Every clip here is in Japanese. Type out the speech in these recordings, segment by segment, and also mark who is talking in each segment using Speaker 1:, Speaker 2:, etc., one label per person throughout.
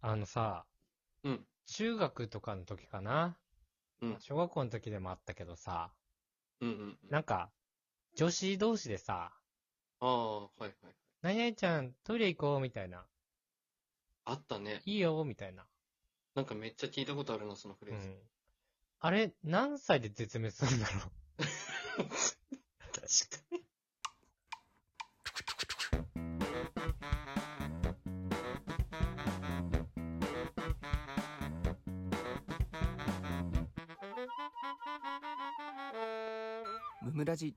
Speaker 1: あのさ、
Speaker 2: うん
Speaker 1: 中学とかの時かな、
Speaker 2: うん
Speaker 1: 小学校の時でもあったけどさ、
Speaker 2: うんうんうん。
Speaker 1: なんか、女子同士でさ、
Speaker 2: ああ、はいはい。
Speaker 1: 何々ちゃんトイレ行こうみたいな、
Speaker 2: あったね。
Speaker 1: いいよみたいな。
Speaker 2: なんかめっちゃ聞いたことあるな、そのフレ
Speaker 1: う
Speaker 2: ーズ。
Speaker 1: ん。あれ、何歳で絶滅するんだろう
Speaker 2: 確かに。
Speaker 3: ムムラジ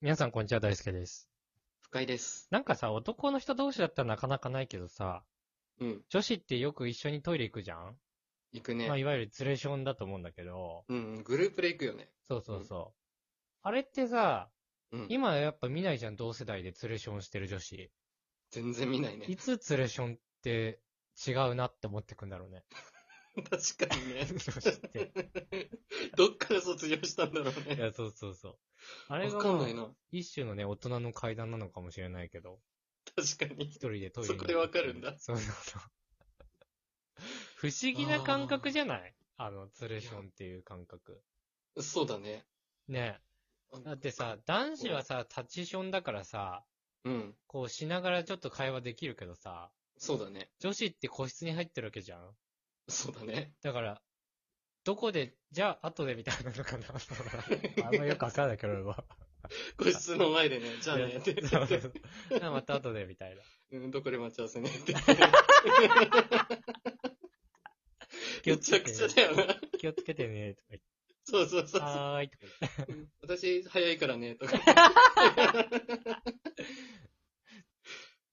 Speaker 1: 皆さんこんにちは、大輔です。
Speaker 2: 不快です。
Speaker 1: なんかさ、男の人同士だったらなかなかないけどさ、
Speaker 2: うん。
Speaker 1: 女子ってよく一緒にトイレ行くじゃん、
Speaker 2: 行く
Speaker 1: まあ、
Speaker 2: ね。
Speaker 1: いわゆるツレションだと思うんだけど、
Speaker 2: うん。グループで行くよね。
Speaker 1: そうそうそう。あれってさ、
Speaker 2: うん。
Speaker 1: 今やっぱ見ないじゃん、同世代でツレションしてる女子。
Speaker 2: 全然見ない
Speaker 1: い
Speaker 2: ね。
Speaker 1: つツレションって違うなって思ってくんだろう ね。
Speaker 2: 確かにね。
Speaker 1: 女子って。
Speaker 2: どっから卒業したんだろう
Speaker 1: い
Speaker 2: ね。
Speaker 1: や、そうそうそう。あれ
Speaker 2: わ
Speaker 1: が
Speaker 2: かん
Speaker 1: も
Speaker 2: な
Speaker 1: う
Speaker 2: いな。
Speaker 1: 一種のね、大人の階段なのかもしれないけど、
Speaker 2: 確かに
Speaker 1: 一。人でトイレに
Speaker 2: そこでわかるんだ
Speaker 1: そうそうそう。不思議な感覚じゃないあの、ツレションっていう感覚。
Speaker 2: そうだね。
Speaker 1: ねだってさ、男子はさ、タッチションだからさ、
Speaker 2: うん。
Speaker 1: こうしながらちょっと会話できるけどさ、
Speaker 2: そうだね。
Speaker 1: 女子って個室に入ってるわけじゃん
Speaker 2: そうだね。
Speaker 1: だから、どこで、じゃあ、後でみたいなの かな。あんまよくわかんないけど、俺は。
Speaker 2: 個室の前でね、じゃあね、って
Speaker 1: そうそうそう じゃあまた後でみたいな。
Speaker 2: うん、どこで待ち合わせねって。
Speaker 1: 気を
Speaker 2: め
Speaker 1: つ
Speaker 2: ちゃ
Speaker 1: けて
Speaker 2: く
Speaker 1: ね
Speaker 2: ちゃだよな。
Speaker 1: 気をつけてね、とか言っ
Speaker 2: そうそう
Speaker 1: て。
Speaker 2: そうそう。
Speaker 1: はーい、とか言って。
Speaker 2: 私、早いからね、とか。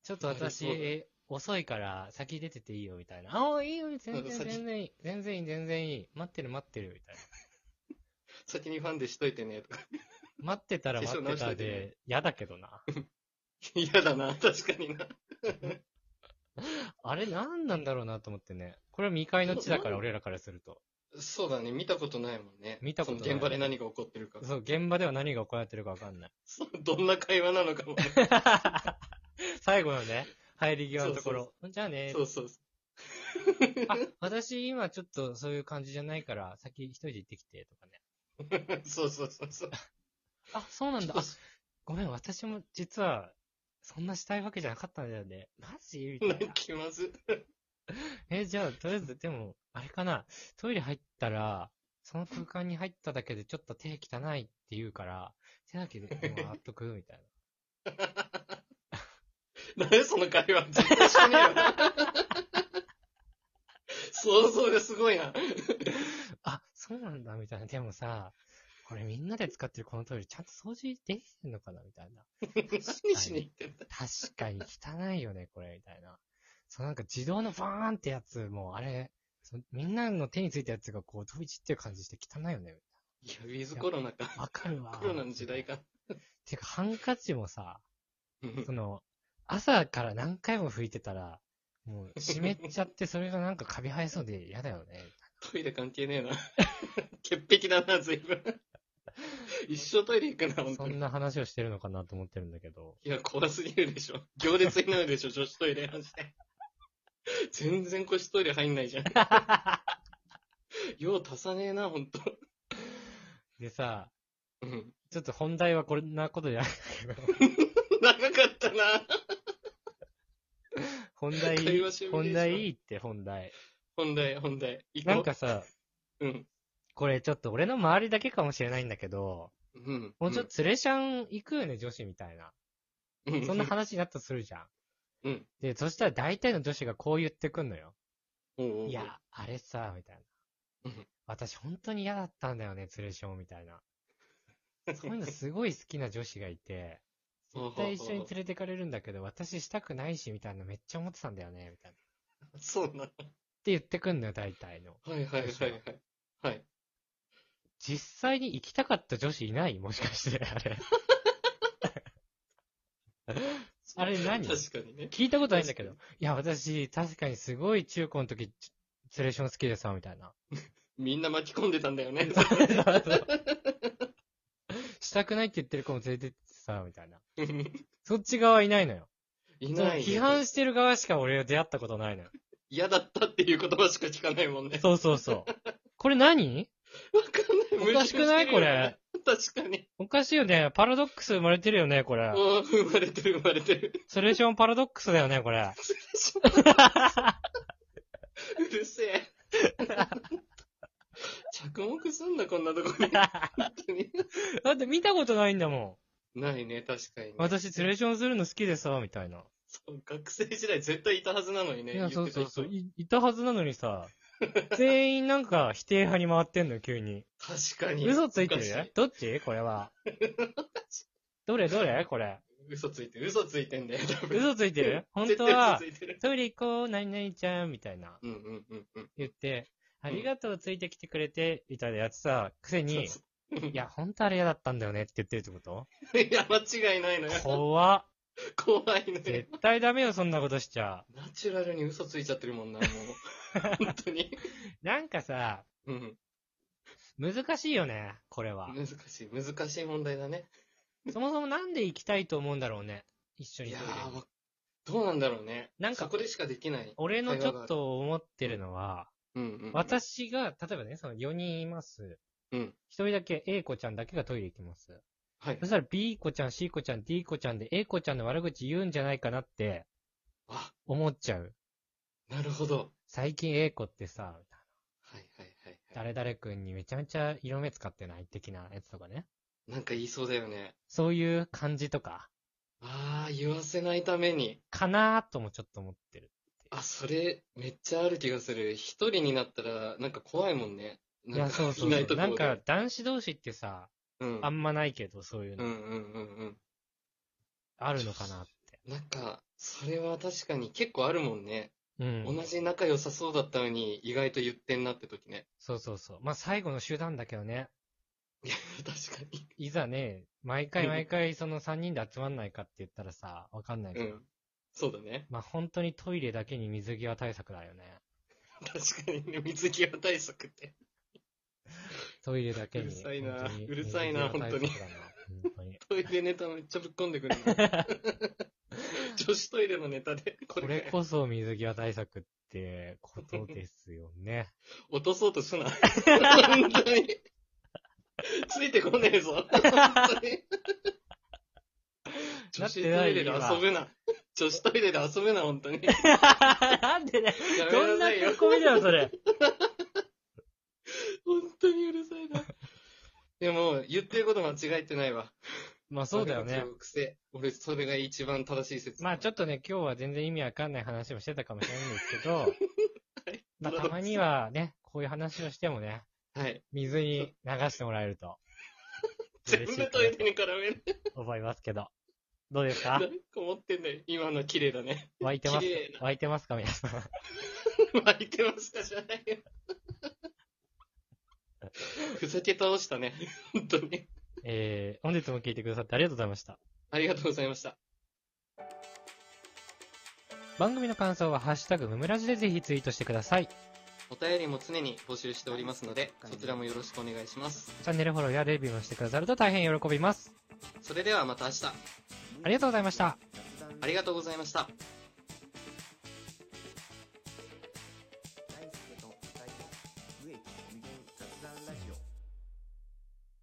Speaker 1: ちょっと私、
Speaker 2: なるほど
Speaker 1: え遅いから先出てていいよ、みたいな。ああ、いいよ、全然、
Speaker 2: うん先
Speaker 1: 全然いい。全然いい、全然いい。待ってる、待ってる、みたいな。
Speaker 2: 先にファンでしといてね、とか。
Speaker 1: 待ってたら
Speaker 2: 師
Speaker 1: 待
Speaker 2: 匠
Speaker 1: ってた
Speaker 2: 直しといて
Speaker 1: で、嫌だけどな。
Speaker 2: 嫌だな、確かにな。
Speaker 1: あれ、なんなんだろうなと思ってね。これは未開の地だ から、
Speaker 2: そう
Speaker 1: 俺らからすると。
Speaker 2: そうだね、見たことないもんね。
Speaker 1: 見たことない
Speaker 2: その現場で何が起こってるか。
Speaker 1: そう、現場では何が行われてるかわかんない。
Speaker 2: そうどんな会話なのかもね。
Speaker 1: 最後のね、入り際のところ。
Speaker 2: そう
Speaker 1: じゃあね
Speaker 2: そうそうそ
Speaker 1: あ、私今ちょっとそういう感じじゃないから、先一人で行ってきて、とかね。
Speaker 2: う。そうそうそうそう。
Speaker 1: あ、そうなんだ。あ、
Speaker 2: そ
Speaker 1: ごめん、私も実は、そんなしたいわけじゃなかったんだよね。マジみ
Speaker 2: んな
Speaker 1: たいな。
Speaker 2: 気まず。
Speaker 1: え、じゃあ、とりあえず、でも、あれかな。トイレ入ったら、その空間に入っただけでちょっと手汚いって言うから、手だけでもう洗っとくみたいな。
Speaker 2: 何その会話、絶対してね えよな。想像がすごいな。
Speaker 1: あ、そうなんだ、みたいな。でもさ、これみんなで使ってるこのトイレ、ちゃんと掃除できてんのかなみたいな。
Speaker 2: 何しに行ってんだ。
Speaker 1: 確かに汚いよね、これ、みたいな。そのなんか自動のバーンってやつ、もうあれ、そのみんなの手についたやつがこう飛び散ってる感じして汚いよね。
Speaker 2: いや、ウィズコロナか。
Speaker 1: わかるわ。
Speaker 2: コロナの時代。か。
Speaker 1: てか、ハンカチもさ、
Speaker 2: うん
Speaker 1: その、朝から何回も拭いてたら、もう湿っちゃって、それがなんかカビ生えそうで嫌だよね。
Speaker 2: トイレ関係ねえな。 潔癖だな、随 分。一生トイレ行くな、本
Speaker 1: そ
Speaker 2: 当
Speaker 1: ん
Speaker 2: に。
Speaker 1: な話をしてるのかなと思ってるんだけど。
Speaker 2: いや、怖すぎるでしょ。行列になるでしょ、女子トイレマジで。全然個室トイレ入んないじゃん。用足さねえな、ほんと。
Speaker 1: でさ、
Speaker 2: うん。
Speaker 1: ちょっと本題はこんなことじゃないんだけど、
Speaker 2: 長かったな。
Speaker 1: 本題
Speaker 2: 会話シ、ミュレーション
Speaker 1: 本題いいって本題。
Speaker 2: 本題、本題。行こう。
Speaker 1: なんかさ、
Speaker 2: うん。
Speaker 1: これちょっと俺の周りだけかもしれないんだけど、
Speaker 2: うん。
Speaker 1: もうちょっとツレシャン行くよね、女子みたいな。
Speaker 2: うん、
Speaker 1: そんな話になったとするじゃん。
Speaker 2: うん。
Speaker 1: で、そしたら大体の女子がこう言ってくんのよ。
Speaker 2: おうおうおう
Speaker 1: いや、あれさ、みたいな
Speaker 2: うん。
Speaker 1: 私本当に嫌だったんだよね、ツレションみたいな。そういうのすごい好きな女子がい て、絶対一緒に連れてかれるんだけど、私したくないし、みたいなめっちゃ思ってたんだよね、みたいな。っ
Speaker 2: そうな。
Speaker 1: て言ってくんのよ、大体の。
Speaker 2: はいはいはいはい。はい。
Speaker 1: 実際に行きたかった女子いないもしかして、あ れ。あれ何
Speaker 2: 確かにね。
Speaker 1: 聞いたことないんだけど。いや、私、確かにすごい中高の時、ツレーション好きでさ、みたい な。
Speaker 2: みんな巻き込んでたんだ よね。
Speaker 1: したくないって言ってる子も連れてってさ、みたいな。
Speaker 2: うん
Speaker 1: そっち側はいないのよ。
Speaker 2: いない。
Speaker 1: その批判してる側しか俺は出会ったことないのよ。
Speaker 2: 嫌だったっていう言葉しか聞かないもんね。
Speaker 1: そうそうそう。これ何
Speaker 2: わかんない。
Speaker 1: おかしくない
Speaker 2: 矛盾してるよね。確かに。
Speaker 1: おかしいよね。パラドックス生まれてるよね、これ。
Speaker 2: うん、生まれてる生まれてる。
Speaker 1: ソリューションパラドックスだよね、これ。
Speaker 2: うるせえ。着目すんな、こんなとこに。
Speaker 1: だ
Speaker 2: 本当に
Speaker 1: って見たことないんだも
Speaker 2: ないね、確かにね、
Speaker 1: ん。私、ツレーションするの好きでさ、みたいな。
Speaker 2: そう学生時代絶対いたはずなのにね。
Speaker 1: いや、そうそうそう。
Speaker 2: 言って
Speaker 1: いいたはずなのに さ、全員なんか否定派に回ってんの、急に。
Speaker 2: た人確かに。
Speaker 1: 嘘ついて
Speaker 2: おかし
Speaker 1: るどっちこれ は。どれどれこれ。
Speaker 2: 嘘ついてる。嘘ついてんだよ、多分。
Speaker 1: 嘘ついてる本当
Speaker 2: 絶
Speaker 1: は、
Speaker 2: 対嘘ついてる。
Speaker 1: トイレ行こう、何々ちゃん、みたいな。
Speaker 2: うんうんうんうん。
Speaker 1: 言って、あ
Speaker 2: ん
Speaker 1: りがとう、ついてきてくれて、みたいなやつさ、くせに、
Speaker 2: そう
Speaker 1: いや、本当あれ嫌だったんだよねって言ってるってこと
Speaker 2: そういや、間違いないのよ。
Speaker 1: 怖っ。
Speaker 2: 怖いのよ
Speaker 1: 絶。対ダメよ、そんなことしちゃ。
Speaker 2: ナチュラルに嘘ついちゃってるもんな、もう。本当に。
Speaker 1: なんかさ、
Speaker 2: うん。
Speaker 1: 難しいよね、これは。
Speaker 2: 難しい、難しい問題だ ね。
Speaker 1: そもそもなんで行きたいと思うんだろうね。一緒
Speaker 2: い
Speaker 1: に
Speaker 2: や
Speaker 1: トイレ
Speaker 2: ー、
Speaker 1: に。
Speaker 2: わどうなんだろうね。
Speaker 1: なんか
Speaker 2: そこでしかできない。
Speaker 1: 俺のちょっと思ってるのは、
Speaker 2: うんうん。
Speaker 1: 私が、例えばね、その4人います。
Speaker 2: うん。
Speaker 1: 1人だけ A 子ちゃんだけがトイレ行きます。
Speaker 2: はい
Speaker 1: そ。したら B 子ちゃん、C 子ちゃん、D 子ちゃんで A 子ちゃんの悪口言うんじゃないかなって
Speaker 2: あ、
Speaker 1: 思っちゃう。
Speaker 2: なるほど。
Speaker 1: 最近 A 子ってさ、
Speaker 2: はいはいはいはい。
Speaker 1: 誰々君にめちゃめちゃ色目使ってない的なやつとかね。
Speaker 2: なんか言いそうだよね。
Speaker 1: そういう感じとか、
Speaker 2: あー、言わせないために。
Speaker 1: かなーともちょっと思ってる。
Speaker 2: あ、それ、めっちゃある気がする。一人になったら、なんか怖いもんね。
Speaker 1: い
Speaker 2: なん
Speaker 1: や、
Speaker 2: か
Speaker 1: そうそう
Speaker 2: な
Speaker 1: そ。
Speaker 2: いうとこ
Speaker 1: な
Speaker 2: ろ
Speaker 1: ん
Speaker 2: で
Speaker 1: か、男子同士ってさ、
Speaker 2: うん。
Speaker 1: あんまないけど、そういう
Speaker 2: う
Speaker 1: の。
Speaker 2: んうんうんうん。
Speaker 1: あるのかなって。
Speaker 2: なんか、それは確かに結構あるもんね。
Speaker 1: うん。
Speaker 2: 同じ仲良さそうだったのに、意外と言ってんなって時ね。
Speaker 1: そうそうそう。まあ、最後の手段だけどね。
Speaker 2: いや、確かに。
Speaker 1: いざね、毎回毎回その3人で集まんないかって言ったらさ、わかんないけ
Speaker 2: う
Speaker 1: ど。
Speaker 2: ん。そうだね。
Speaker 1: まあ、本当にトイレだけに水際対策だよね。
Speaker 2: 確かにね、水際対策って。
Speaker 1: トイレだけに。
Speaker 2: うるさいな
Speaker 1: 本当に
Speaker 2: うるさいな
Speaker 1: 水際対策だな本当に。
Speaker 2: トイレネタめっちゃぶっ込んでくる な女子トイレのネタで、 こ
Speaker 1: こ
Speaker 2: れ
Speaker 1: れこそ水際対策ってことですよ ね。
Speaker 2: 落とそう とすな。本当に。ついてこねえぞ。本当 に女子トイレで遊ぶな。女子トイレで遊ぶな、本当に。や
Speaker 1: なんでね、 ど
Speaker 2: め
Speaker 1: んな
Speaker 2: なさい
Speaker 1: ツ
Speaker 2: よ
Speaker 1: ッ。コミだよ、それ。
Speaker 2: 本当にうるさいな。でも、言ってること間違えてないわ。
Speaker 1: まあそうだよ
Speaker 2: 俺
Speaker 1: ね
Speaker 2: の。癖。俺、それが一番正しい説。
Speaker 1: まあちょっとね、今日は全然意味わかんない話もしてたかもしれないんですけ ど、まあたまにはね、こういう話をしてもね、
Speaker 2: はい。
Speaker 1: 水に流してもらえる と。
Speaker 2: 全
Speaker 1: 嬉しい
Speaker 2: 部
Speaker 1: か
Speaker 2: トイレに絡める。
Speaker 1: なと思いますけど。どうですか
Speaker 2: 何個持ってんだよ。今の綺麗だね。
Speaker 1: 湧いてます
Speaker 2: 綺麗な
Speaker 1: 湧いてますか皆さん。
Speaker 2: 巻いてましたじゃないよ。ふざけ倒したね。本当に。
Speaker 1: えー、本日も聞いてくださってありがとうございました。
Speaker 2: ありがとうございました。
Speaker 1: 番組の感想はハッシュタグムムラジでぜひツイートしてください。
Speaker 2: お便りも常に募集しておりますので、そちらもよろしくお願いします。
Speaker 1: チャンネルフォローやレビューもしてくださると大変喜びます。
Speaker 2: それではまた明日。
Speaker 1: ありがとうございました。
Speaker 2: ありがとうございました。